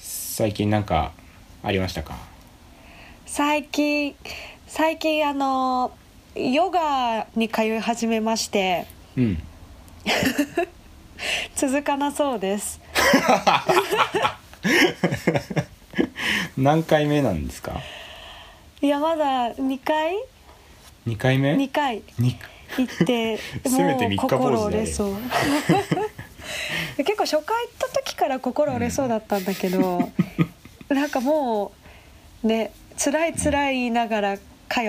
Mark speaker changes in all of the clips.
Speaker 1: 最近なんかありましたか
Speaker 2: 最近最近あのヨガに通い始めまして
Speaker 1: うん
Speaker 2: 続かなそうです
Speaker 1: 何回目なんですか
Speaker 2: いやまだ2回
Speaker 1: 2回目
Speaker 2: 2回
Speaker 1: に
Speaker 2: 行って
Speaker 1: せめて三日坊主だよ
Speaker 2: もう心折れそう 結構初回行った時から心折れそうだったんだ けど、なんかもうね辛い辛い言いながら通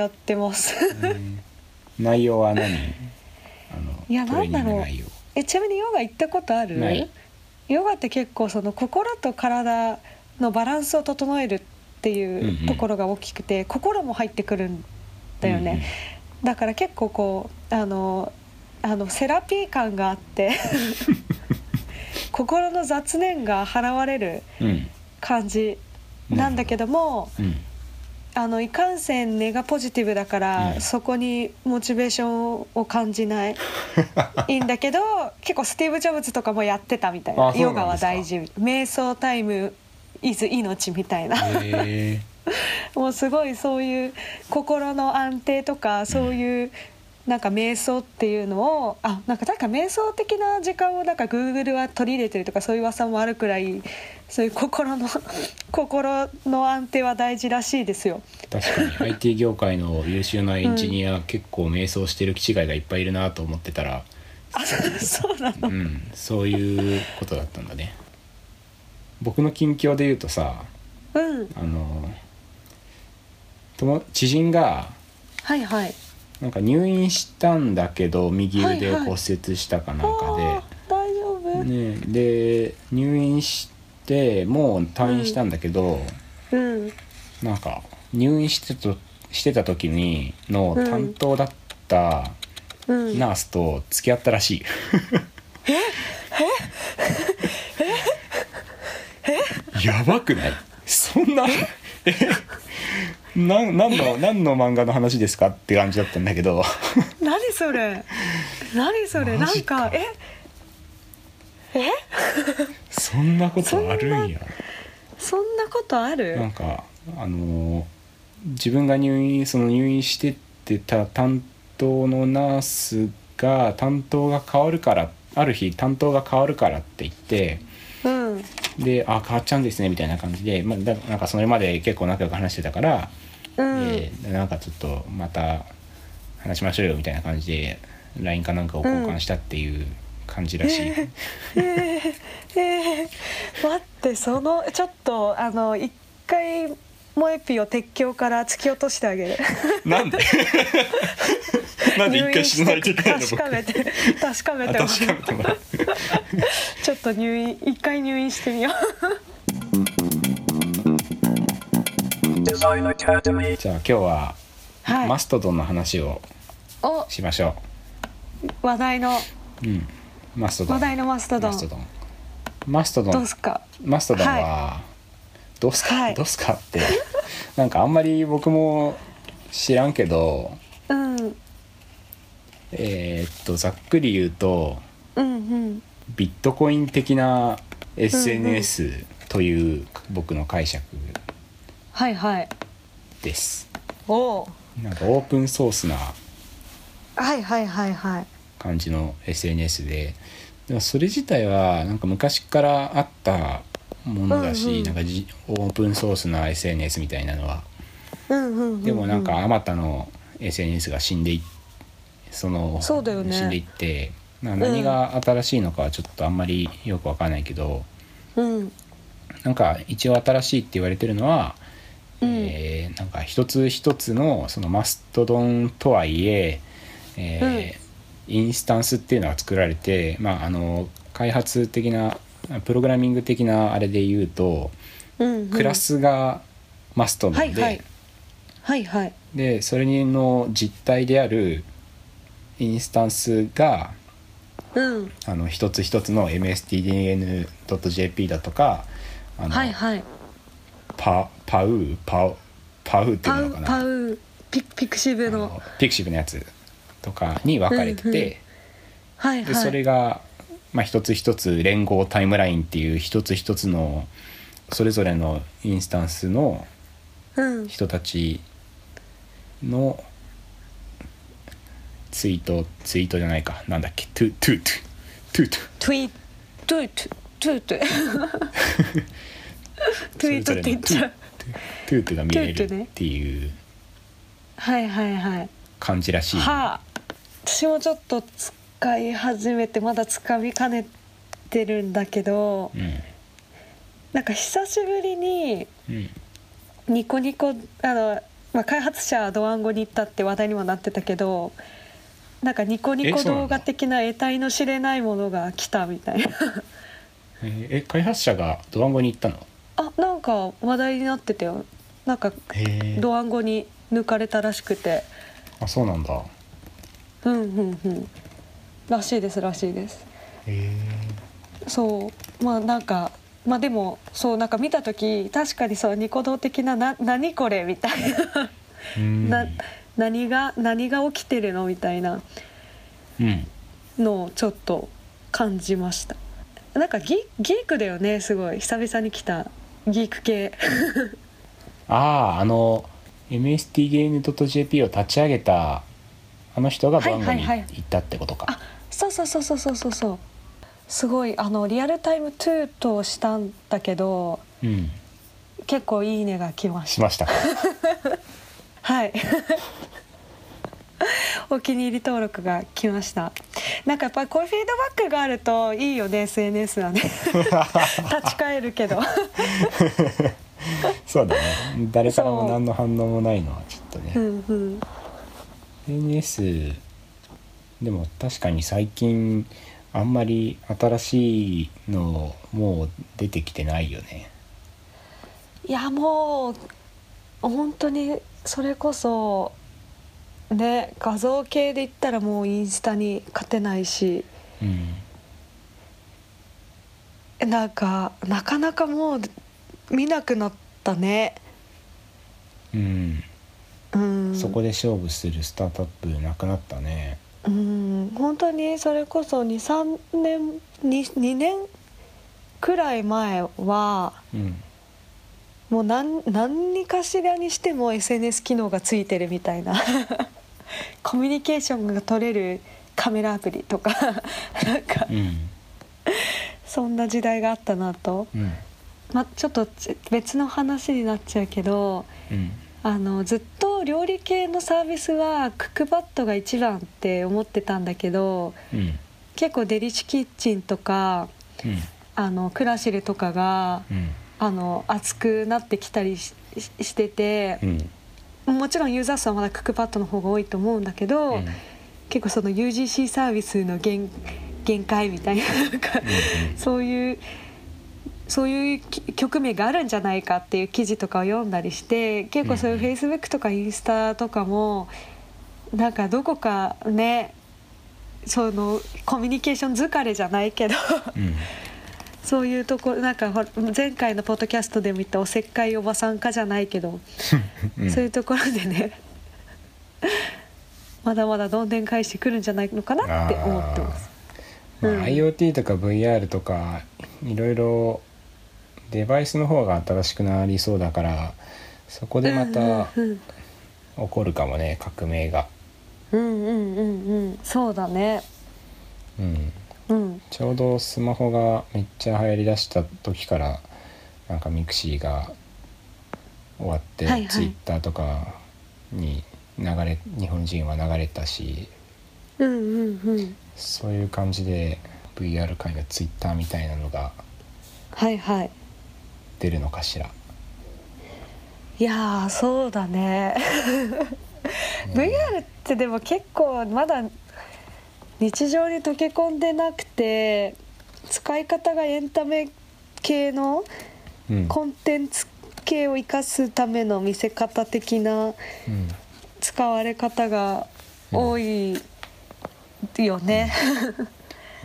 Speaker 2: ってます
Speaker 1: 内容は何あの
Speaker 2: いや
Speaker 1: トレーニング
Speaker 2: なんだろう
Speaker 1: 内容
Speaker 2: えちなみにヨガ行ったことある
Speaker 1: ない
Speaker 2: ヨガって結構その心と体のバランスを整えるって
Speaker 1: んう
Speaker 2: い
Speaker 1: ん
Speaker 2: うところが大きくて、心も入ってくるんだよね、だから結構こうあのあのセラピー感があって 心の雑念が払われる
Speaker 1: うんうん
Speaker 2: 感じなんだけども、
Speaker 1: うん
Speaker 2: あのいかんせん根がポジティブだから、
Speaker 1: うん
Speaker 2: そこにモチベーションを感じないいいんだけど結構スティーブ・ジョブズとかもやってたみたい
Speaker 1: あ
Speaker 2: な
Speaker 1: そうなん
Speaker 2: ヨ
Speaker 1: ですか
Speaker 2: ガは大事瞑想タイムイズ命みたいな
Speaker 1: うんへ
Speaker 2: もうすごいそういう心の安定とかそういうなんか瞑想っていうのをあなんか確か瞑想的な時間をなんか Google は取り入れてるとかそういう噂もあるくらいそういう心の 心の安定は大事らしいですよ。
Speaker 1: ー確かに IT 業界の優秀なエンジニア、結構瞑想してる気違いがいっぱいいるなと思ってたら
Speaker 2: あそうなの
Speaker 1: うんそういうことだったんだね僕の近況で言うとさ
Speaker 2: うん、
Speaker 1: あの友知人が
Speaker 2: はいはい。
Speaker 1: なんか入院したんだけど右腕を骨
Speaker 2: はいはい
Speaker 1: 折したかなん
Speaker 2: あ
Speaker 1: かで、
Speaker 2: ー大丈夫。
Speaker 1: ね、で入院してもう退院したんだけど、
Speaker 2: うん、
Speaker 1: なんか入院してとしてた時にの
Speaker 2: うん
Speaker 1: 担当だった
Speaker 2: うん。
Speaker 1: ナースと付き合ったらしい、やばくないそんなえ なん何の何の漫画の話ですかって感じだったんだけど
Speaker 2: 何それ。何それ、
Speaker 1: マ
Speaker 2: なん
Speaker 1: ジか
Speaker 2: か、え。え、
Speaker 1: そんなことあるんや
Speaker 2: そんなことある。
Speaker 1: なんかあのー自分が入院その入院してってた担当のナースが担当が変わるからある日担当が変わるからって言って
Speaker 2: うん、
Speaker 1: で「あ変わっちゃうんですね」みたいな感じで、まあ、だなんかそれまで結構仲良く話してたから、
Speaker 2: うん、
Speaker 1: えーなんかちょっとまた話しましょうよみたいな感じで LINE かなんかを交換したっていう感じらしい。
Speaker 2: えー、えー、待って、その、ちょっと、あの、一回。モエピを鉄橋から突き落としてあげる。
Speaker 1: なん でなんで一回死なないといけないの
Speaker 2: 入院して
Speaker 1: 僕
Speaker 2: 確かめて、確かめ
Speaker 1: あ
Speaker 2: ても
Speaker 1: 確から
Speaker 2: う。
Speaker 1: めてもらう
Speaker 2: ちょっと入院、一回入院してみよう。
Speaker 3: Design Academy.
Speaker 1: じゃあ今日は
Speaker 2: はい
Speaker 1: マストドンの話を
Speaker 2: お、
Speaker 1: しましょ
Speaker 2: 話題の、
Speaker 1: う、うん、マストドン
Speaker 2: 話題のマストド
Speaker 1: マスト
Speaker 2: ン。
Speaker 1: ドンマストド
Speaker 2: どう
Speaker 1: ン
Speaker 2: すか。
Speaker 1: マストドンは、どうすか、
Speaker 2: はい
Speaker 1: どうすかってなんかあんまり僕も知らんけど
Speaker 2: うん、うん、
Speaker 1: えーっとざっくり言うと
Speaker 2: うん。
Speaker 1: ビットコイン的な SNS という僕の解釈
Speaker 2: はいはい。
Speaker 1: です、
Speaker 2: おお。
Speaker 1: なんかオープンソースな
Speaker 2: はいはいはいはい。
Speaker 1: 感じの SNS ででもそれ自体はなんか昔からあったものだし、
Speaker 2: うんうん
Speaker 1: なんかじオープンソースな SNS みたいなのは
Speaker 2: うんうんうん、うん。
Speaker 1: でもなんか。あまたの SNS が死んでいその
Speaker 2: そうだよね
Speaker 1: 死んでいってなんか何が新しいのかはちょっとあんまりよくわかんないけど、
Speaker 2: うん。
Speaker 1: なんか一応新しいって言われてるのは、
Speaker 2: うん
Speaker 1: えーなんか一つ一つのそのマストドンとはいええーインスタンスっていうのが作られて、まあ、あの開発的なプログラミング的なあれで言うと
Speaker 2: うん、うん。
Speaker 1: クラ。スがマストド
Speaker 2: は
Speaker 1: ン
Speaker 2: い
Speaker 1: で,、
Speaker 2: はい。はいはい。
Speaker 1: でそれの実態であるインスタンスが
Speaker 2: うん。
Speaker 1: あの一つ一つの mstdn.jp だとかあの、
Speaker 2: はいはい。
Speaker 1: パパウパウパウってい
Speaker 2: パ
Speaker 1: うの
Speaker 2: ウ
Speaker 1: か
Speaker 2: パ
Speaker 1: な
Speaker 2: ウピピクシブ
Speaker 1: あ
Speaker 2: の
Speaker 1: の。ピクシブのやつとかに分かれてて、
Speaker 2: うんうんはい
Speaker 1: で
Speaker 2: はい。
Speaker 1: それが、まあ、一つ一つ連合タイムラインっていう一つ一つのそれぞれのインスタンスの
Speaker 2: うん
Speaker 1: 人たちのツイートツイートじゃないかなんだっけトゥトゥトゥトゥトゥ
Speaker 2: トゥイトゥイトゥイ トゥイトゥイートって言っちゃう
Speaker 1: それぞれのトゥトゥトゥトゥが見れ
Speaker 2: トゥトゥ
Speaker 1: る
Speaker 2: ね
Speaker 1: っていう
Speaker 2: はいはいはい
Speaker 1: 感じらしい、
Speaker 2: はあ私もちょっと使い始めてまだつかみかねてるんだけど
Speaker 1: うん
Speaker 2: なんか久しぶりに
Speaker 1: うん
Speaker 2: ニコニコあの、まあ、開発者はドワンゴに行ったって話題にもなってたけどなんかニコニ
Speaker 1: え
Speaker 2: コ
Speaker 1: そうなんだ
Speaker 2: 動画的な得体の知れないものが来たみたいな
Speaker 1: えーえ開発者がドワンゴに行ったの
Speaker 2: あなんか話題になってたよなんか
Speaker 1: へえ
Speaker 2: ドワンゴに抜かれたらしくて
Speaker 1: あそうなんだへ
Speaker 2: うんうんうんらしいですらしいです
Speaker 1: え
Speaker 2: そうまあなんかまあでもそうなんか見た時確かにそうニコ動的なな何これみたいな
Speaker 1: うん
Speaker 2: な何が何が起きてるのみたいな
Speaker 1: うん
Speaker 2: のをちょっと感じましたなんかギギークだよねすごい久々に来たギーク系
Speaker 1: あああの MST ゲーム .jp を立ち上げたあの人がドワンゴ
Speaker 2: はい
Speaker 1: に
Speaker 2: はいはい
Speaker 1: 行ったってことか、
Speaker 2: あそうそうそうそうそうそうそうすごいあのリアルタイムトゥートをしたんだけど
Speaker 1: うん
Speaker 2: 結構いいねが来まし
Speaker 1: したました か
Speaker 2: はい お気に入り登録が来ましたなんかやっぱりこういうフィードバックがあるといいよね SNS はね立ち返る けど
Speaker 1: そうだね誰からも何の反応もないのはちょっとね、
Speaker 2: うんうん、
Speaker 1: SNS でも確かに最近あんまり新しいのもう出てきてないよね
Speaker 2: いやもう本当にそれこそね画像系で言ったらもうインスタに勝てないし
Speaker 1: うん
Speaker 2: なんかなかなかもう見なくなったね
Speaker 1: うん、
Speaker 2: うん
Speaker 1: そこで勝負するスタートアップなくなったね
Speaker 2: うん本当にそれこそ23年 2, 2年くらい前は
Speaker 1: うん
Speaker 2: もう何何かしらにしても SNS 機能がついてるみたいな コミュニケーションが取れるカメラアプリとか なんか
Speaker 1: うん
Speaker 2: そんな時代があったなと、
Speaker 1: うん
Speaker 2: ま、ちょっとち別の話になっちゃうけど
Speaker 1: うん
Speaker 2: あのずっと料理系のサービスはクックパッドが一番って思ってたんだけど
Speaker 1: うん
Speaker 2: 結構デリシキッチンとか
Speaker 1: うん
Speaker 2: あのクラシルとかが
Speaker 1: うん
Speaker 2: あの熱くなってきたりしししてて
Speaker 1: う。ん
Speaker 2: もちろんユーザー数はまだクックパッドの方が多いと思うんだけど、
Speaker 1: うん
Speaker 2: 結構その UGC サービスの限限界みたいななんかそういうそういうき局面があるんじゃないかっていう記事とかを読んだりして結構そういう
Speaker 1: うん
Speaker 2: フェイスブックとかインスタとかもなんかどこかねそのコミュニケーション疲れじゃないけど
Speaker 1: うん
Speaker 2: そういうところなんかほら前回のポッドキャストでも言ったおせっかいおばさんかじゃないけど
Speaker 1: うん
Speaker 2: そういうところでね まだまだどんでん返してくるんじゃないのかなって思ってます。
Speaker 1: まあ
Speaker 2: うん
Speaker 1: IoT とか VR とかいろいろデバイスの方が新しくなりそうだからそこでまた
Speaker 2: うんうん
Speaker 1: 起こるかもね革命が、
Speaker 2: うんうんうんうんそうだね
Speaker 1: うん、
Speaker 2: うん
Speaker 1: ちょうどスマホがめっちゃ流行りだした時からなんかミクシーが終わって、
Speaker 2: はいはい
Speaker 1: ツイッターとかに流れ日本人は流れたし
Speaker 2: うんうんうん
Speaker 1: そういう感じで VR 界のツイッターみたいなのが
Speaker 2: はいはい
Speaker 1: 出るのかしら。
Speaker 2: いやーそうだね VR ってでも結構まだ日常に溶け込んでなくて使い方がエンタメ系の
Speaker 1: うん
Speaker 2: コンテンツ系を生かすための見せ方的な
Speaker 1: うん
Speaker 2: 使われ方が多いよね。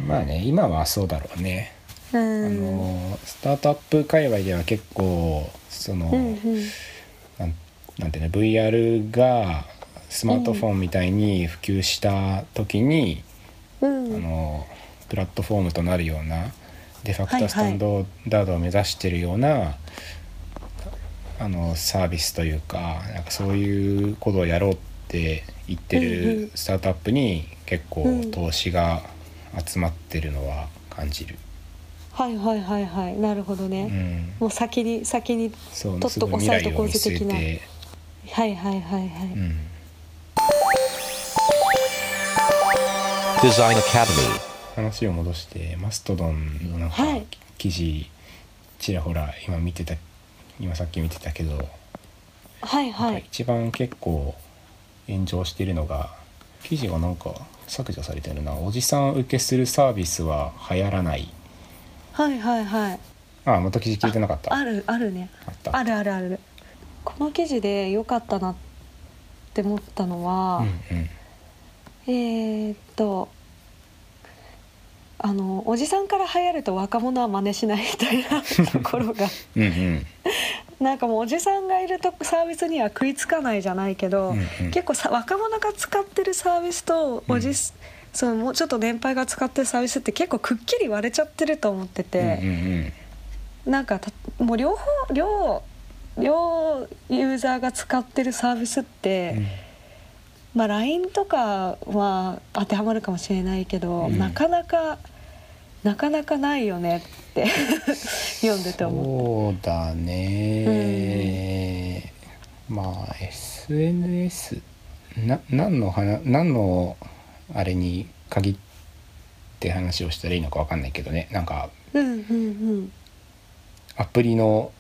Speaker 1: まあね今はそうだろうね、
Speaker 2: う
Speaker 1: あ
Speaker 2: ん
Speaker 1: のスタートアップ界隈では結構その、
Speaker 2: うんうん
Speaker 1: なんなんていうの VR がスマートフォンみたいに普及した時に、
Speaker 2: うん
Speaker 1: あのプラットフォームとなるようなデファクタスタンドダードを目指してるような、あのサービスというかなんかそういうことをやろうって言って
Speaker 2: うんう
Speaker 1: る
Speaker 2: ん
Speaker 1: スタートアップに結構
Speaker 2: うん
Speaker 1: 投資が集まってるのは感じる。
Speaker 2: はいはいはいはいなるほど
Speaker 1: う
Speaker 2: ね、
Speaker 1: ん
Speaker 2: もう先に先に
Speaker 1: そう
Speaker 2: とっと
Speaker 1: すごい
Speaker 2: 押さえ
Speaker 1: 未
Speaker 2: と
Speaker 1: 来
Speaker 2: こ
Speaker 1: を
Speaker 2: う
Speaker 1: 見
Speaker 2: ぜ
Speaker 1: 据
Speaker 2: 的な
Speaker 1: えて、
Speaker 2: はいはいはいはい、
Speaker 1: うん、
Speaker 4: Design Academy.
Speaker 1: 話を戻してマストドンのなんか
Speaker 2: はい
Speaker 1: 記事ちらほら今見てた今さっき見てたけど、
Speaker 2: はいはい、
Speaker 1: 一番結構炎上してるのが記事がなんか削除されてるな「おじさん受けするサービスは流行らない
Speaker 2: はいはいはい」
Speaker 1: あまた記事聞いてなかった
Speaker 2: あるあるね
Speaker 1: あった
Speaker 2: あるあるあるこの記事で良かったなって思ったのは、
Speaker 1: うんうん
Speaker 2: えーっとあのおじさんから流行ると若者は真似しないみたいなところが
Speaker 1: うんうん
Speaker 2: なんかもうおじさんがいるとサービスには食いつかないじゃないけど、
Speaker 1: うんうん
Speaker 2: 結構さ若者が使ってるサービスとお
Speaker 1: う
Speaker 2: じ、
Speaker 1: ん
Speaker 2: そのもうちょっと年配が使ってるサービスって結構くっきり割れちゃってると思ってて。
Speaker 1: うんうん
Speaker 2: なんかたもう両方両両ユーザーが使ってるサービスって、
Speaker 1: うん
Speaker 2: まあ LINE とかは当てはまるかもしれないけど、
Speaker 1: うん
Speaker 2: なかなかなかなかないよねって 読んでて思う。
Speaker 1: そうだね、まあ SNS な何の話何のあれに限って話をしたらいいのかわかんないけどねなんか
Speaker 2: うんうん
Speaker 1: アプリの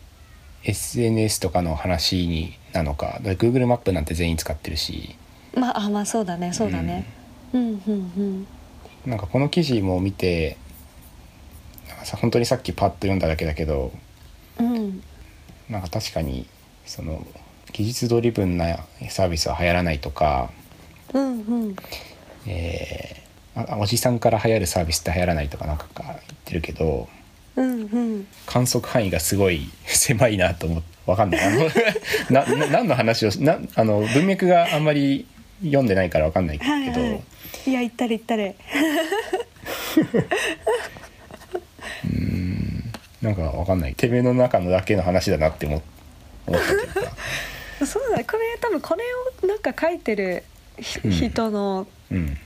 Speaker 1: SNS とかの話になのかだから Google マップなんて全員使ってるし
Speaker 2: うん。まああまあそうだねそうだね。うんうんうん。
Speaker 1: なんかこの記事も見てなんかさ本当にさっきパッと読んだだけだけど
Speaker 2: うん
Speaker 1: なんか確かにその技術ドリブンなサービスは流行らないとか、
Speaker 2: うんうん。
Speaker 1: えーあおじさんから流行るサービスって流行らないとかなんか言ってるけど
Speaker 2: うんうん、
Speaker 1: 観測範囲がすごい 狭いなと思ってわかんないあの なな何の話をしなあの文脈があんまり読んでないからわかんないけど、
Speaker 2: はいはいいや行ったれ行ったれ
Speaker 1: なんかわかんないてめえの中のだけの話だなって思思ったというか
Speaker 2: そうだねこれ多分これをなんか書いてるひ
Speaker 1: うん
Speaker 2: 人の
Speaker 1: うん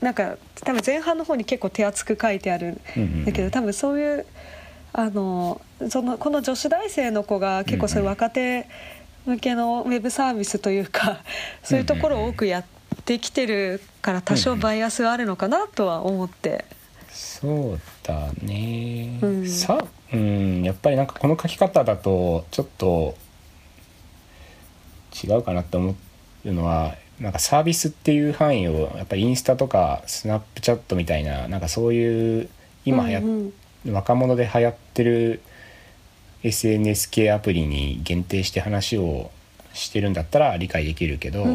Speaker 2: なんか多分前半の方に結構手厚く書いてある
Speaker 1: うんうんうん
Speaker 2: んだけど多分そういうあのそのこの女子大生の子が結構そういう若手向けのウェブサービスというかそういうところを多くやってきてるから多少バイアスはあるのかなとは思って。
Speaker 1: そうだね、
Speaker 2: うん
Speaker 1: さうんやっぱりなんかこの書き方だとちょっと違うかなって思うのはなんかサービスっていう範囲をやっぱりインスタとかスナップチャットみたいななんかそういう今や、
Speaker 2: うん
Speaker 1: 若者で流行ってる SNS 系アプリに限定して話をしてるんだったら理解できるけど、
Speaker 2: うんう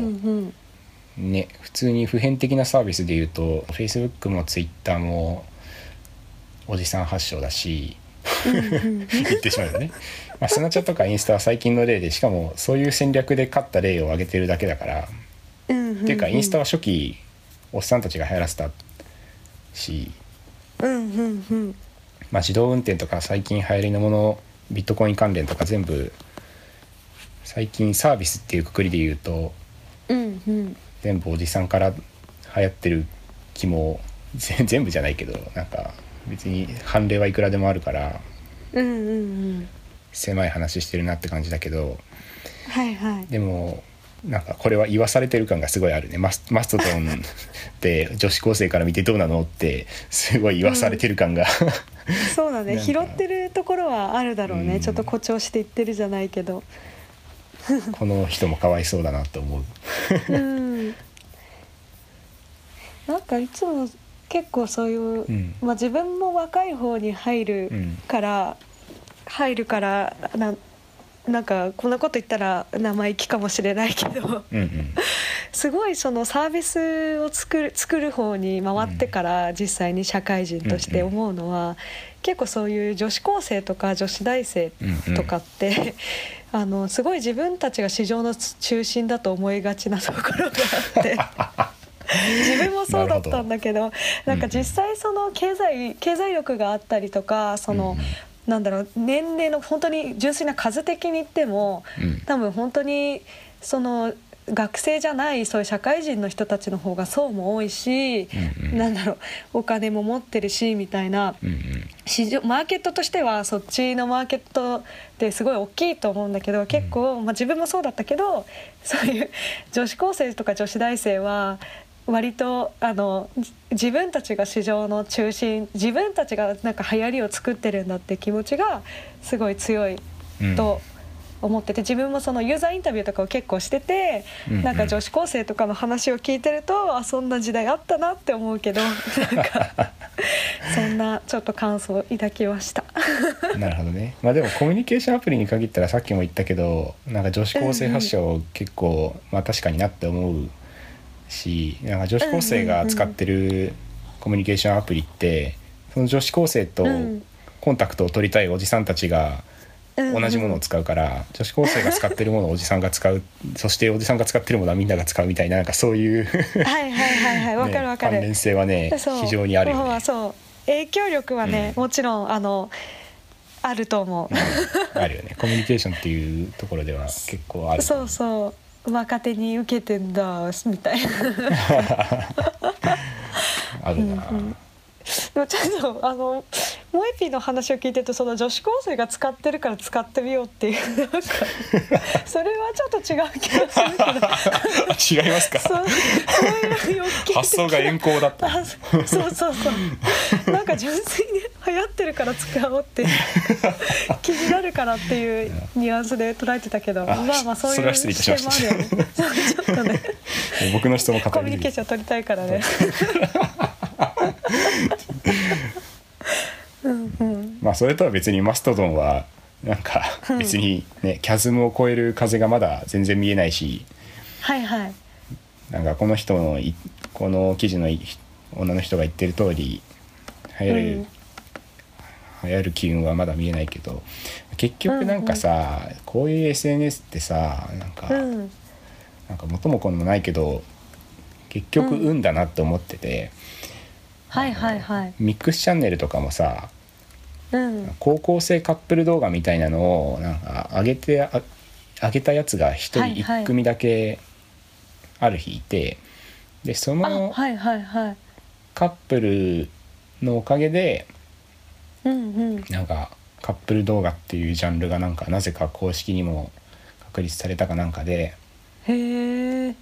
Speaker 2: ん
Speaker 1: ね普通に普遍的なサービスで言うと Facebook も Twitter もおじさん発祥だし 言ってしまうよね、まあ、スナチャとかインスタは最近の例でしかもそういう戦略で勝った例を挙げてるだけだから、
Speaker 2: うんう
Speaker 1: っ
Speaker 2: ん
Speaker 1: ていうかインスタは初期おっさんたちが流行らせたし、
Speaker 2: うんうんうん
Speaker 1: まあ、自動運転とか最近流行りのものビットコイン関連とか全部最近サービスっていうくくりで言うと
Speaker 2: うんうん
Speaker 1: 全部おじさんから流行ってる気もぜ全部じゃないけどなんか別に判例はいくらでもあるから
Speaker 2: うんうんうん
Speaker 1: 狭い話してるなって感じだけど
Speaker 2: はいはい
Speaker 1: でもなんかこれは言わされてる感がすごいあるねマスマストドンって女子高生から見てどうなのってすごい言わされてる感が、
Speaker 2: そうだね
Speaker 1: なんか
Speaker 2: 拾ってるところはあるだろうね、
Speaker 1: うん
Speaker 2: ちょっと誇張して言ってるじゃない けど
Speaker 1: この人もかわいそうだなと思う。
Speaker 2: うんなんかいつも結構そういう、
Speaker 1: うん
Speaker 2: まあ、自分も若い方に入るから、入るからななんかこんなこと言ったら生意気かもしれないけど
Speaker 1: うんうん
Speaker 2: すごいそのサービスを作る作る方に回ってから実際に社会人として思うのは、結構そういう女子高生とか女子大生
Speaker 1: うんうん
Speaker 2: とかって、 あの すごい自分たちが市場の中心だと思いがちなところがあって自分もそうだったんだけど
Speaker 1: な
Speaker 2: な
Speaker 1: るほど
Speaker 2: んか実際その経済経済力があったりとかその、なんだろう年齢の本当に純粋な数的に言っても
Speaker 1: うん
Speaker 2: 多分本当にその学生じゃないそういう社会人の人たちの方が層も多いし、
Speaker 1: うんうん
Speaker 2: なんだろうお金も持ってるしみたいな。
Speaker 1: うんうん
Speaker 2: 市場マーケットとしてはそっちのマーケットってすごい大きいと思うんだけど結構、まあ、自分もそうだったけど そういう女子高生とか女子大生は割とあのじ自分たちが市場の中心自分たちがなんか流行りを作ってるんだって気持ちがすごい強い
Speaker 1: うん
Speaker 2: と思ってて自分もそのユーザーインタビューとかを結構してて
Speaker 1: うんうん
Speaker 2: なんか女子高生とかの話を聞いてるとあそんな時代あったなって思うけどなん かそんなちょっと感想を抱きました。
Speaker 1: なるほどねまあでもコミュニケーションアプリに限ったらさっきも言ったけどなんか女子高生発祥結構、まあ確かになって思うしなんか女子高生が使ってるコミュニケーションアプリってその女子高生と
Speaker 2: うん
Speaker 1: コンタクトを取りたいおじさんたちが同じものを使うから、女子高生が使ってるものをおじさんが使うそしておじさんが使ってるものはみんなが使うみたいななんかそういう
Speaker 2: うんはいはいはいはい わかるわか
Speaker 1: ね関
Speaker 2: る。
Speaker 1: 連性はね
Speaker 2: そう
Speaker 1: 非常にあるよ
Speaker 2: ま
Speaker 1: ね
Speaker 2: あ。そう影響力はね、
Speaker 1: うん
Speaker 2: もちろんあのあると思う。
Speaker 1: あるよねコミュニケーションっていうところでは結構ある
Speaker 2: そうそう若手に受けてんだみたいな。
Speaker 1: あるな、
Speaker 2: うんうんでもちょっとあのモエピーの話を聞いてるとその女子高生が使ってるから使ってみようっていうなんかそれはちょっと違う気がするけど
Speaker 1: 違いますか
Speaker 2: そうそういう欲求的な
Speaker 1: 発想が遠行だった
Speaker 2: あそうそうそうそうなんか純粋に流行ってるから使おうっていう気になるからっていうニュアンスで捉えてたけど
Speaker 1: あ
Speaker 2: まあまあそう
Speaker 1: それ
Speaker 2: い
Speaker 1: は
Speaker 2: う
Speaker 1: 失礼いたしました
Speaker 2: 視点もあるよねそうちょっと ね
Speaker 1: 僕の質問語
Speaker 2: コミ
Speaker 1: り
Speaker 2: ュニケーション取りたいからねうんうん
Speaker 1: まあそれとは別にマストドンはなんか別にね、キャズムを超える風がまだ全然見えないし
Speaker 2: はいはい
Speaker 1: なんかこの人のいこの記事のい女の人が言ってる通り流行る、
Speaker 2: うん
Speaker 1: 流行る機運はまだ見えないけど結局なんかさ、こういう SNS ってさなんか、
Speaker 2: うん
Speaker 1: なんか元も子もないけど結局
Speaker 2: うん
Speaker 1: 運だなって思ってて、
Speaker 2: はいはいはい
Speaker 1: ミックスチャンネルとかもさ
Speaker 2: うん
Speaker 1: 高校生カップル動画みたいなのをなんか上げてあ上げたやつが一
Speaker 2: はい
Speaker 1: 人
Speaker 2: はい
Speaker 1: 一組だけある日いて、でそ
Speaker 2: あ
Speaker 1: の
Speaker 2: はいはいはい
Speaker 1: カップルのおかげで
Speaker 2: うんうん
Speaker 1: なんかカップル動画っていうジャンルがなんかなぜか公式にも確立されたかなんかで。
Speaker 2: へえ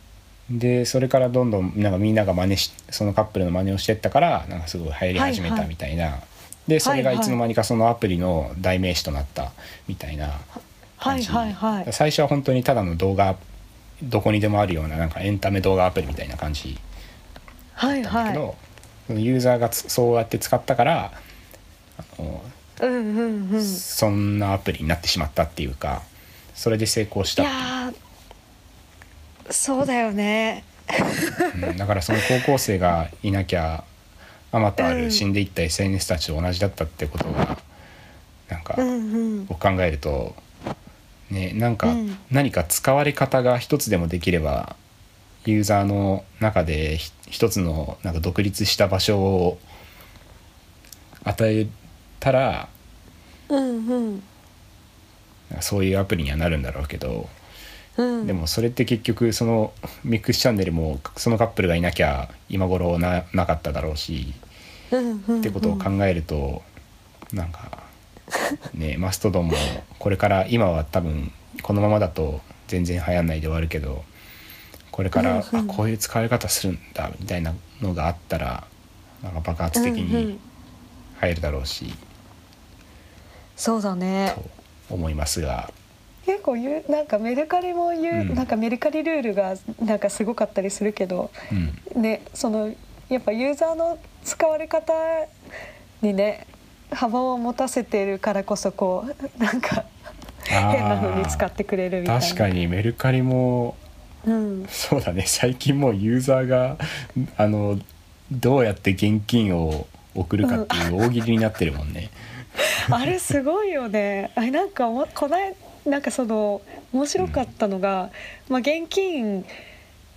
Speaker 1: でそれからどんどんなんかみんなが真似しそのカップルの真似をしてったからなんかすごい流行り始め
Speaker 2: はいは
Speaker 1: た
Speaker 2: い
Speaker 1: みたいな、でそれがいつの間にかそのアプリの代名詞となったみたいな
Speaker 2: は
Speaker 1: 感
Speaker 2: い
Speaker 1: じ、
Speaker 2: はいはい
Speaker 1: 最初は本当にただの動画どこにでもあるようななんかエンタメ動画アプリみたいな感じ
Speaker 2: はい
Speaker 1: なんだ
Speaker 2: は
Speaker 1: けど、
Speaker 2: い
Speaker 1: そのユーザーがつそうやって使ったからあの
Speaker 2: うんうんうんい
Speaker 1: そんなアプリになってしまったっていうかそれで成功したっていう
Speaker 2: やーそうだよね
Speaker 1: うんだからその高校生がいなきゃあまたあ
Speaker 2: うん
Speaker 1: る死んでいった SNS たちと同じだったってことがなんか
Speaker 2: うんうん
Speaker 1: を考えると、ね、なんか
Speaker 2: うん
Speaker 1: 何か使われ方が一つでもできればユーザーの中でひ一つのなんか独立した場所を与えたら
Speaker 2: うんうん
Speaker 1: なんかそういうアプリにはなるんだろうけど。
Speaker 2: うん
Speaker 1: でもそれって結局そのミックスチャンネルもそのカップルがいなきゃ今頃ななかっただろうし
Speaker 2: うんうん
Speaker 1: ってことを考えると、なんかね マストドンもこれから今は多分このままだと全然流行んないで終わるけどこれから、
Speaker 2: うんうん
Speaker 1: あこういう使い方するんだみたいなのがあったらなんか爆発的
Speaker 2: うんう
Speaker 1: に
Speaker 2: ん
Speaker 1: 入るだろうし、
Speaker 2: そうだね
Speaker 1: と思いますが
Speaker 2: 結構ゆなんかメルカリも言う、
Speaker 1: うん
Speaker 2: なんかメルカリルールがなんかすごかったりするけど
Speaker 1: うん
Speaker 2: ねそのやっぱユーザーの使われ方にね幅を持たせてるからこそこうなんか
Speaker 1: あー
Speaker 2: 変な風に使ってくれるみたいな
Speaker 1: 確かにメルカリも
Speaker 2: うん、
Speaker 1: そうだね 最近もうユーザーがあのどうやって現金を送るかっていう大喜利になってるもんね。
Speaker 2: あれすごいよねあれなんかもこないなんかその面白かったのが、まあ、現金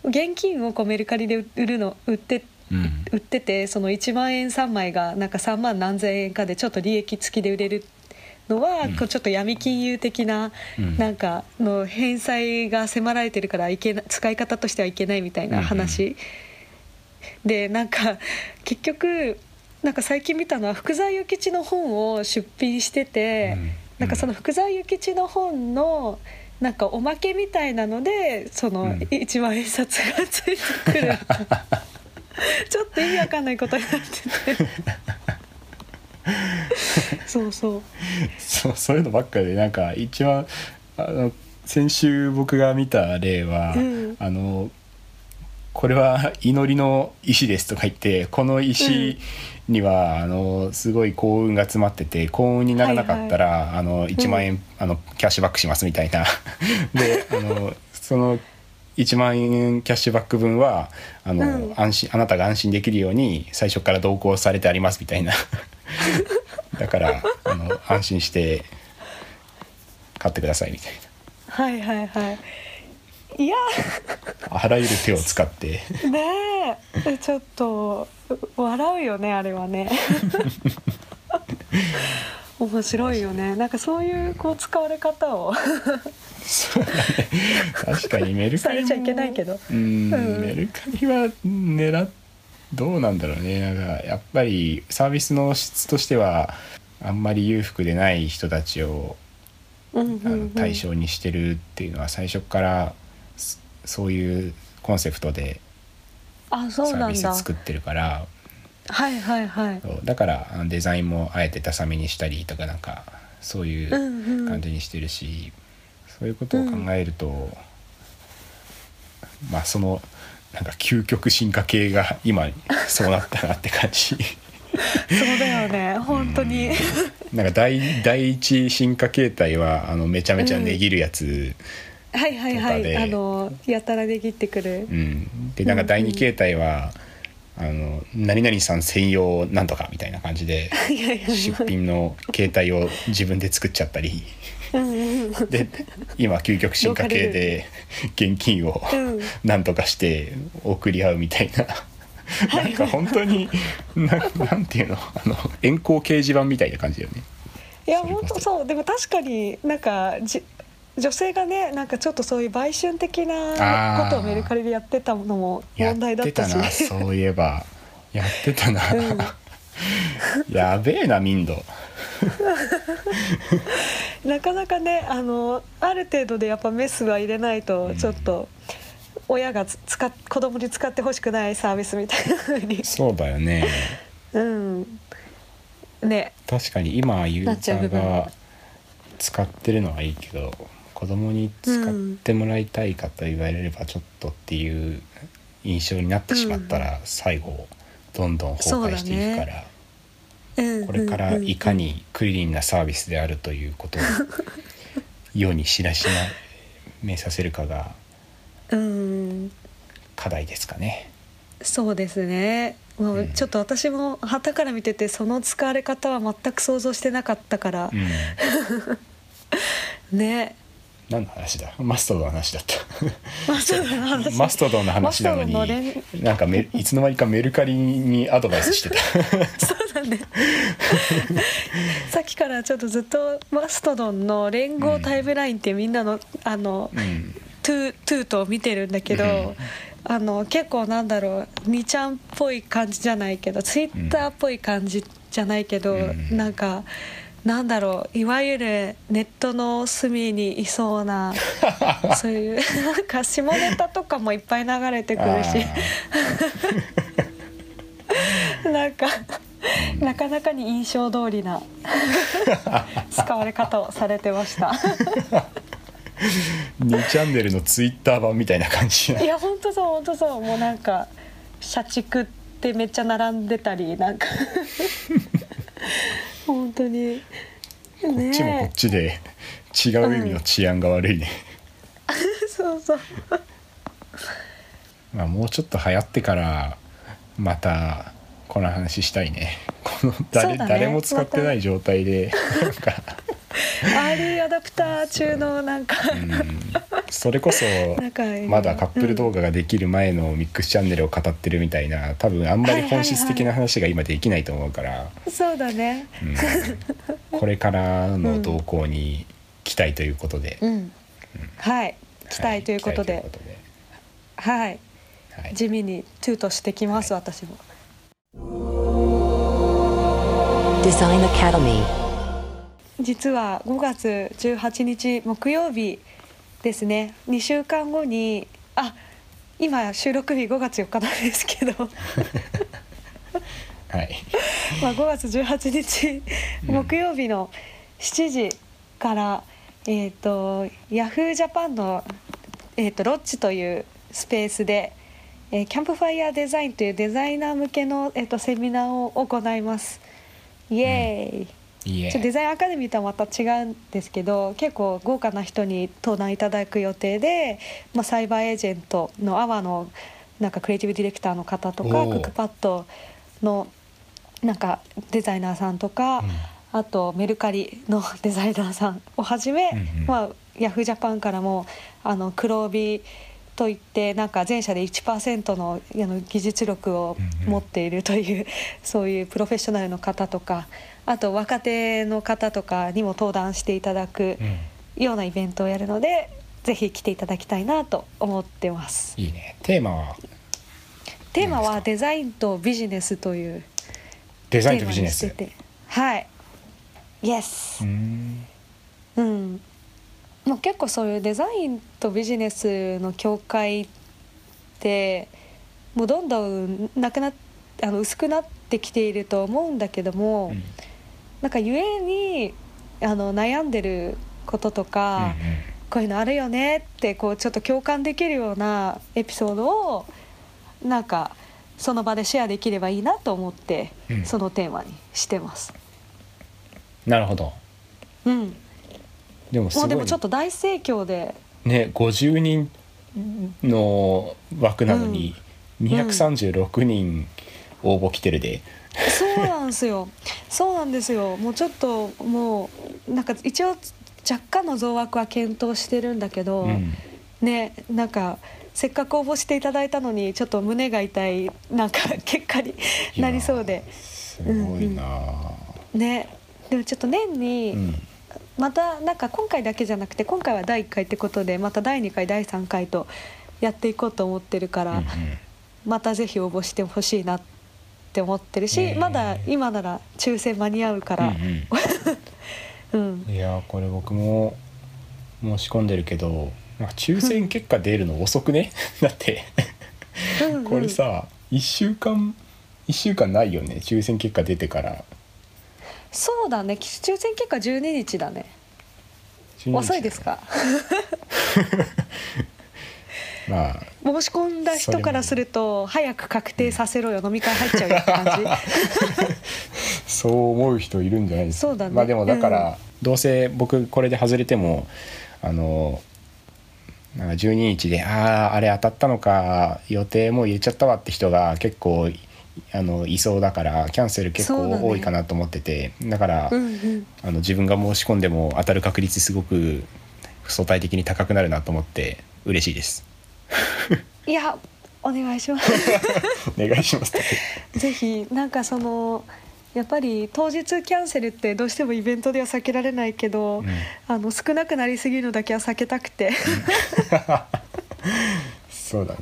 Speaker 2: 現金をこうメルカリで売るの売って
Speaker 1: うん
Speaker 2: 売っててその1万円3枚がなんか3万何千円かでちょっと利益付きで売れるのは、
Speaker 1: うん
Speaker 2: こうちょっと闇金融的な、
Speaker 1: うん
Speaker 2: なんかの返済が迫られてるからいけな使い方としてはいけないみたいな話、でなんか結局なんか最近見たのは福沢諭吉の本を出品してて。
Speaker 1: うん
Speaker 2: なんかその福沢諭吉の本のなんかおまけみたいなのでその
Speaker 1: うん
Speaker 2: 一万円札がついてく る、ちょっと意味わかんないことにな っててそうそう
Speaker 1: そうそういうのばっかりでなんか一番あの先週僕が見た例は、
Speaker 2: うん
Speaker 1: あのこれは 祈りの石ですとか言ってこの石には、あのすごい幸運が詰まってて幸運にならなかったら、あの1万円、あのキャッシュバックしますみたいな。であのその1万円キャッシュバック分はあの、
Speaker 2: うん
Speaker 1: 安心あなたが安心できるように最初から同行されてありますみたい なだからあの安心して買ってくださいみたい
Speaker 2: はいはいはいいや
Speaker 1: なあらゆる手を使って
Speaker 2: ねえちょっと笑うよねあれは ね面白いよねなんかそういうこう使われ方を
Speaker 1: そうだね確かにメル
Speaker 2: さ
Speaker 1: カリ
Speaker 2: れ
Speaker 1: も
Speaker 2: ちゃいけないけど
Speaker 1: うーん
Speaker 2: うん
Speaker 1: メルカリは狙っどうなんだろうねなんかやっぱりサービスの質としてはあんまり裕福でない人たちを
Speaker 2: うんうん
Speaker 1: あ
Speaker 2: う
Speaker 1: の
Speaker 2: ん
Speaker 1: 対象にしてるっていうのは最初からそそういうコンセプトで
Speaker 2: あそ
Speaker 1: サ
Speaker 2: うな
Speaker 1: ービ
Speaker 2: ん
Speaker 1: ス
Speaker 2: だ
Speaker 1: 作ってるから
Speaker 2: はいはいはい
Speaker 1: そうだからあのデザインもあえてダサめにしたりとかなんかそういうん
Speaker 2: うん
Speaker 1: う感じにしてるし、そういうことを考えると、まあそのなんか究極進化系が今そうなったなって感 じ。
Speaker 2: そうだよね本当
Speaker 1: う
Speaker 2: に
Speaker 1: んなんか第第一進化形態はあのめちゃめちゃ値切るやつ。
Speaker 2: はいはいは
Speaker 1: とか
Speaker 2: い
Speaker 1: で
Speaker 2: あのやたらで切ってく
Speaker 1: う
Speaker 2: る
Speaker 1: ん、でなんか第
Speaker 2: うんう
Speaker 1: 2
Speaker 2: ん
Speaker 1: 形態は、あの何々さん専用なんとかみたいな感じで
Speaker 2: いやいや
Speaker 1: 出品の形態を自分で作っちゃった り
Speaker 2: うんうん
Speaker 1: で今究極進化系で現金を
Speaker 2: うん
Speaker 1: なんとかして送り合うみたいな。なんか本当にななんていうのあの遠行掲示板みたいな感じだよね。
Speaker 2: いや
Speaker 1: それこ
Speaker 2: 本
Speaker 1: そ
Speaker 2: 当そうでも確かになんかじ女性がねなんかちょっとそういう売春的な
Speaker 1: あー
Speaker 2: ことをメルカリでやってたのも
Speaker 1: や
Speaker 2: 問題だ
Speaker 1: っ
Speaker 2: って
Speaker 1: た
Speaker 2: たし
Speaker 1: なそういえばやってたな、
Speaker 2: うん
Speaker 1: やべえな民度
Speaker 2: なかなかねあのある程度でやっぱメスは入れないとちょっと。親がつ使っ子供に使ってほしくないサービスみたいな風 に
Speaker 1: そうだよね
Speaker 2: うんね
Speaker 1: 確かに今ユーザー
Speaker 2: なっちゃう部
Speaker 1: が使ってるのはいいけど子供に使ってもらいたいかと言われればちょっとっていう印象になってしまったら最後どんどん崩壊していくから、
Speaker 2: うん
Speaker 1: これからいかにクリーンなサービスであるということを世に知らしめさせるかが
Speaker 2: うんうん
Speaker 1: 課題ですかね。
Speaker 2: そうですねも
Speaker 1: う
Speaker 2: うんちょっと私も旗から見ててその使われ方は全く想像してなかったから
Speaker 1: う、ん、
Speaker 2: ね
Speaker 1: 何の話だマストドンの話だった
Speaker 2: マストドンの 話
Speaker 1: マストドンの話なのに
Speaker 2: マストドンの連
Speaker 1: なんか めいつの間にかメルカリにアドバイスしてた。
Speaker 2: そうだねさっきからちょっとずっとマストドンの連合タイムラインってみんなの、あの
Speaker 1: うん
Speaker 2: トゥートゥートを見てるんだけど、
Speaker 1: うん
Speaker 2: あの結構なんだろう2ちゃんっぽい感じじゃないけどツイッターっぽい感じじゃないけど、
Speaker 1: うん
Speaker 2: なんかなんだろういわゆるネットの隅にいそ うなそういうなんか下ネタとかもいっぱい流れてくるし。なんか、なかなかに印象通 りな使われ方をされてました。
Speaker 1: 2チャンネルのツイッター版みたいな感じ
Speaker 2: いや本当そう本当そうもうなんか社畜ってめっちゃ並んでたりな んか本当に。
Speaker 1: こっちもこっ
Speaker 2: ね
Speaker 1: ちで違う意味の治安が悪いね、
Speaker 2: え、そうそう
Speaker 1: まあもうちょっと流行ってからまたこの話したいねこの
Speaker 2: そ
Speaker 1: 誰,、
Speaker 2: うだね
Speaker 1: 誰も使ってない状態でなんか
Speaker 2: ーリーアダプター中のなんか
Speaker 1: それこそ
Speaker 2: 仲いいね
Speaker 1: まだカップル動画ができる前のミックスチャンネルを語ってるみたいな多分あんまり本質的な話が今できないと思うから、
Speaker 2: そうだね
Speaker 1: うんこれからの動向に期待ということで、
Speaker 2: うんはい
Speaker 1: はい
Speaker 2: 期待ということ
Speaker 1: 期
Speaker 2: で
Speaker 1: 待という
Speaker 2: はい
Speaker 1: ことではい
Speaker 2: 地味にトゥートしてきます私も
Speaker 4: Design Academy.
Speaker 2: 実は5月18日木曜日ですね2週間後にあ今収録日5月4日なんですけど
Speaker 1: はい
Speaker 2: まあ5月18日
Speaker 1: うん
Speaker 2: 木曜日の7時から、えっ、と Yahoo! ジャパンの、えー、とロッチというスペースで、えーキャンプファイヤーデザインというデザイナー向けの、えー、とセミナーを行います。イエーイ、
Speaker 1: いいえ
Speaker 2: ちょデザインアカデミーとはまた違うんですけど結構豪華な人に登壇いただく予定で、まあ、サイバーエージェントのアワのなんかクリエイティブディレクターの方とか
Speaker 1: おー
Speaker 2: クックパッドのなんかデザイナーさんとか、あとメルカリのデザイナーさんをはじめ、
Speaker 1: うんうん
Speaker 2: まあ、ヤフージャパンからもあの黒帯といってなんか全社で1%のあの技術力を持っているという、 そういうプロフェッショナルの方とかあと若手の方とかにも登壇していただく
Speaker 1: うん、うん
Speaker 2: ようなイベントをやるので、ぜひ来ていただきたいなと思ってます。
Speaker 1: いいねテーマは
Speaker 2: テーマはデザインとビジネスという
Speaker 1: デ
Speaker 2: テ
Speaker 1: ザイン
Speaker 2: ー
Speaker 1: と
Speaker 2: マ
Speaker 1: ビジ
Speaker 2: に
Speaker 1: ネ
Speaker 2: し
Speaker 1: ス
Speaker 2: てて、はい、イエス。
Speaker 1: うーん
Speaker 2: うん、もう結構そういうデザインとビジネスの境界ってもうどんどんなくなっあの薄くなってきていると思うんだけども、
Speaker 1: うん
Speaker 2: なんかゆえにあの悩んでることとか、こういうのあるよねってこうちょっと共感できるようなエピソードをなんかその場でシェアできればいいなと思って、
Speaker 1: うん
Speaker 2: そのテーマにしてます。
Speaker 1: なるほど
Speaker 2: うん、
Speaker 1: でもす
Speaker 2: も
Speaker 1: ごい
Speaker 2: うでもちょっと大盛況で
Speaker 1: ね50人の枠なのに236人応募来てるで、
Speaker 2: そうなんですよ。そうなんですよ。もうちょっともうなんか一応若干の増枠は検討してるんだけど、
Speaker 1: うん
Speaker 2: ねなんかせっかく応募していただいたのにちょっと胸が痛いなんか 結果になりそうで
Speaker 1: いやすごいなあ、
Speaker 2: ねでもちょっと年
Speaker 1: うん
Speaker 2: にまたなんか今回だけじゃなくて今回は第1回ってことでまた第2回第3回とやっていこうと思ってるか
Speaker 1: うん
Speaker 2: ら。
Speaker 1: うん
Speaker 2: またぜひ応募してほしいなって思ってるし、
Speaker 1: ねえ
Speaker 2: まだ今なら抽選間に合うか
Speaker 1: う
Speaker 2: ら、
Speaker 1: ん
Speaker 2: うん
Speaker 1: うんいやこれ僕も申し込んでるけど、まあ、抽選結果出るの遅く ねだって
Speaker 2: うんうん
Speaker 1: これさ1週間1週間ないよね抽選結果出てから
Speaker 2: そうだね抽選結果12日だね
Speaker 1: 12日
Speaker 2: 遅いですか
Speaker 1: まあ
Speaker 2: 申し込んだ人からすると早く確定させろよ、飲み会入っちゃうよって感
Speaker 1: そう思う人いるんじゃないですか
Speaker 2: そうだね
Speaker 1: まあでもだから、どうせ僕これで外れてもあのなんか12日で「あああれ当たったのか予定もう入れちゃったわ」って人が結構あのいそうだからキャンセル結
Speaker 2: そうだね
Speaker 1: 構多いかなと思っててだ,、から、
Speaker 2: じうん、うん、
Speaker 1: あの自分が申し込んでも当たる確率すごく相対的に高くなるなと思って嬉しいです。
Speaker 2: いやお願いします
Speaker 1: お願いします。
Speaker 2: ぜひなんかそのやっぱり当日キャンセルってどうしてもイベントでは避けられないけど、
Speaker 1: うん
Speaker 2: あの少なくなりすぎるのだけは避けたくて
Speaker 1: そうだね。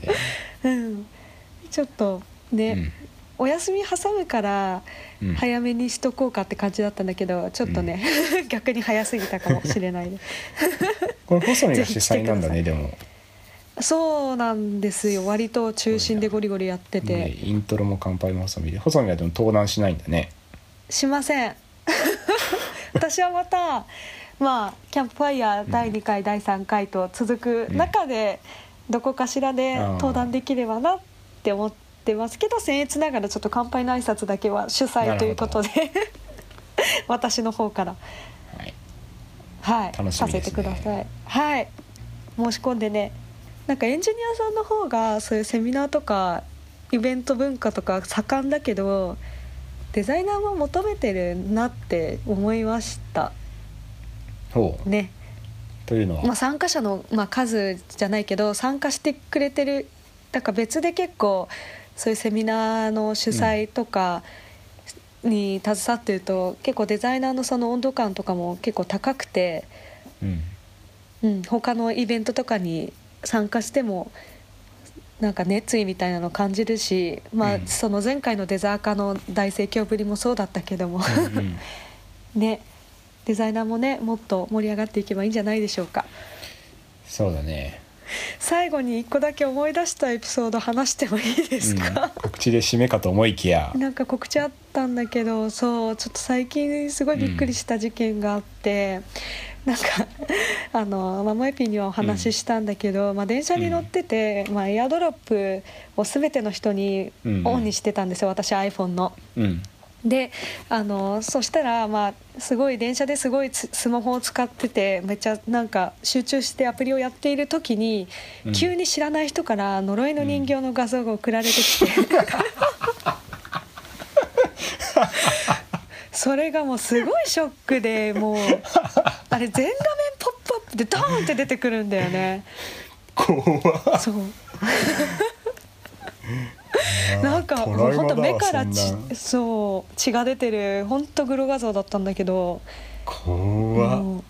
Speaker 2: うん、ちょっとね、
Speaker 1: うん
Speaker 2: お休み挟むから
Speaker 1: うん
Speaker 2: 早めにしとこうかって感じだったんだけど、ちょっとね、 逆に早すぎたかもしれないね
Speaker 1: これ細見が
Speaker 2: ぜ
Speaker 1: 主
Speaker 2: ひ来て
Speaker 1: 催
Speaker 2: くだ
Speaker 1: な
Speaker 2: さい
Speaker 1: んだねでも。
Speaker 2: そうなんですよ割と中心でゴリゴリやってて、
Speaker 1: ねイントロも乾杯も細身で細身はでも登壇しないんだね
Speaker 2: しませ ん私はまたまあキャンプファイヤー第2回、第3回と続く中で、どこかしらで
Speaker 1: あー
Speaker 2: 登壇できればなって思ってますけど僭越ながらちょっと乾杯の挨拶だけは主
Speaker 1: な
Speaker 2: 催
Speaker 1: るほど
Speaker 2: ということで 私の方から
Speaker 1: はい
Speaker 2: はい、
Speaker 1: 楽し
Speaker 2: さ
Speaker 1: み
Speaker 2: せ
Speaker 1: ですね
Speaker 2: てくださいはい申し込んでねなんかエンジニアさんの方がそういうセミナーとかイベント文化とか盛んだけどデザイナーも求めてるなって思いました
Speaker 1: ほほう
Speaker 2: ね
Speaker 1: というのは、
Speaker 2: まあ、参加者の、まあ、数じゃないけど参加してくれてるだから別で結構そういうセミナーの主催とかに携わってると、結構デザイナーのその温度感とかも結構高くて、
Speaker 1: うん
Speaker 2: うん、他のイベントとかに参加してもなんか熱意みたいなの感じるし、まあ
Speaker 1: うん
Speaker 2: その前回のデザーカの大盛況ぶりもそうだったけども、
Speaker 1: うん
Speaker 2: ねデザイナーもねもっと盛り上がっていけばいいんじゃないでしょうか。
Speaker 1: そうだね、
Speaker 2: 最後に一個だけ思い出したエピソード話してもいいで
Speaker 1: う
Speaker 2: す
Speaker 1: ん
Speaker 2: か、、
Speaker 1: 告知で締めかと思いきや
Speaker 2: なんか告知あったんだけどそうちょっと最近すごいびっくりした事件があって、なんかあのまあ萌えピーにはお話ししたんだけど、まあ、電車に乗ってて、まあ、エアドロップを全ての人に
Speaker 1: うん
Speaker 2: オンにしてたんですよ、私 iPhone の。
Speaker 1: うん
Speaker 2: であのそしたら、まあ、すごい電車ですごいつスマホを使っててめっちゃなんか集中してアプリをやっている時に、
Speaker 1: うん
Speaker 2: 急に知らない人から呪いの人形の画像が送られてきて、 それがもうすごいショックでもうあれ全画面ポップアップでドーンって出てくるんだよね。
Speaker 1: 怖
Speaker 2: そうなんか
Speaker 1: ト
Speaker 2: も
Speaker 1: ラ
Speaker 2: う
Speaker 1: ウマだわ
Speaker 2: 本当目から
Speaker 1: そ
Speaker 2: 血
Speaker 1: んな
Speaker 2: そう血が出てる本当グロ画像だったんだけど
Speaker 1: 怖
Speaker 2: もう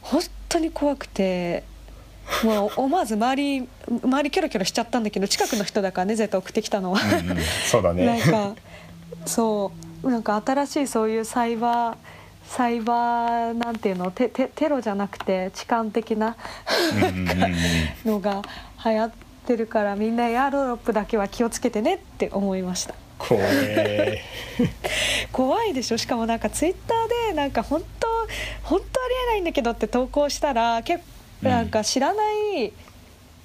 Speaker 2: 本当に怖くてもう思わず周り周りキョロキョロしちゃったんだけど近くの人だからね絶対送ってきたのは。
Speaker 1: うんうんそうだ
Speaker 2: なん
Speaker 1: ね
Speaker 2: かそうなんか新しいそういうサイバーサイバーなんていうのテテテロじゃなくて痴漢的な
Speaker 1: うんうんうんうん
Speaker 2: のが流行ってるからみんなエアロロップだけは気をつけてねって思いました
Speaker 1: 怖え
Speaker 2: 怖いでしょしかもなんかツイッターでなんか本当本当ありえないんだけどって投稿したら結
Speaker 1: うん
Speaker 2: なんか知らない、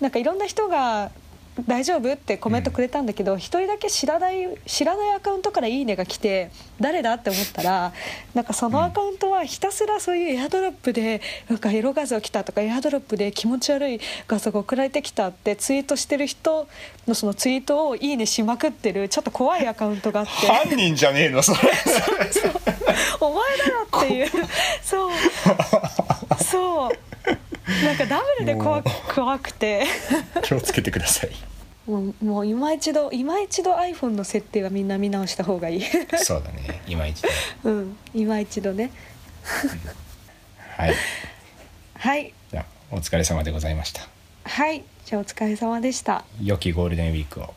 Speaker 2: なんかいろんな人が「大丈夫?」ってコメントくれたんだけど一、人だけ知らない知らないアカウントから「いいね」が来て誰だって思ったらなんかそのアカウントはひたすらそういうエアドロップでなんかエロ画像来たとかエアドロップで気持ち悪い画像が送られてきたってツイートしてる人のそのツイートを「いいね」しまくってるちょっと 怖いアカウントがあって。
Speaker 1: 犯人じゃねえの それ
Speaker 2: お前だろっていうそうそうなんかダブルで怖く怖くて
Speaker 1: 気をつけてください
Speaker 2: もうもう今一度今一度 iPhone の設定はみんな見直した方がいい
Speaker 1: そうだね今一度
Speaker 2: うん今一度ね
Speaker 1: はい
Speaker 2: はい
Speaker 1: じゃあお疲れ様でございました
Speaker 2: はいじゃあお疲れ様でした
Speaker 1: 良きゴールデンウィークを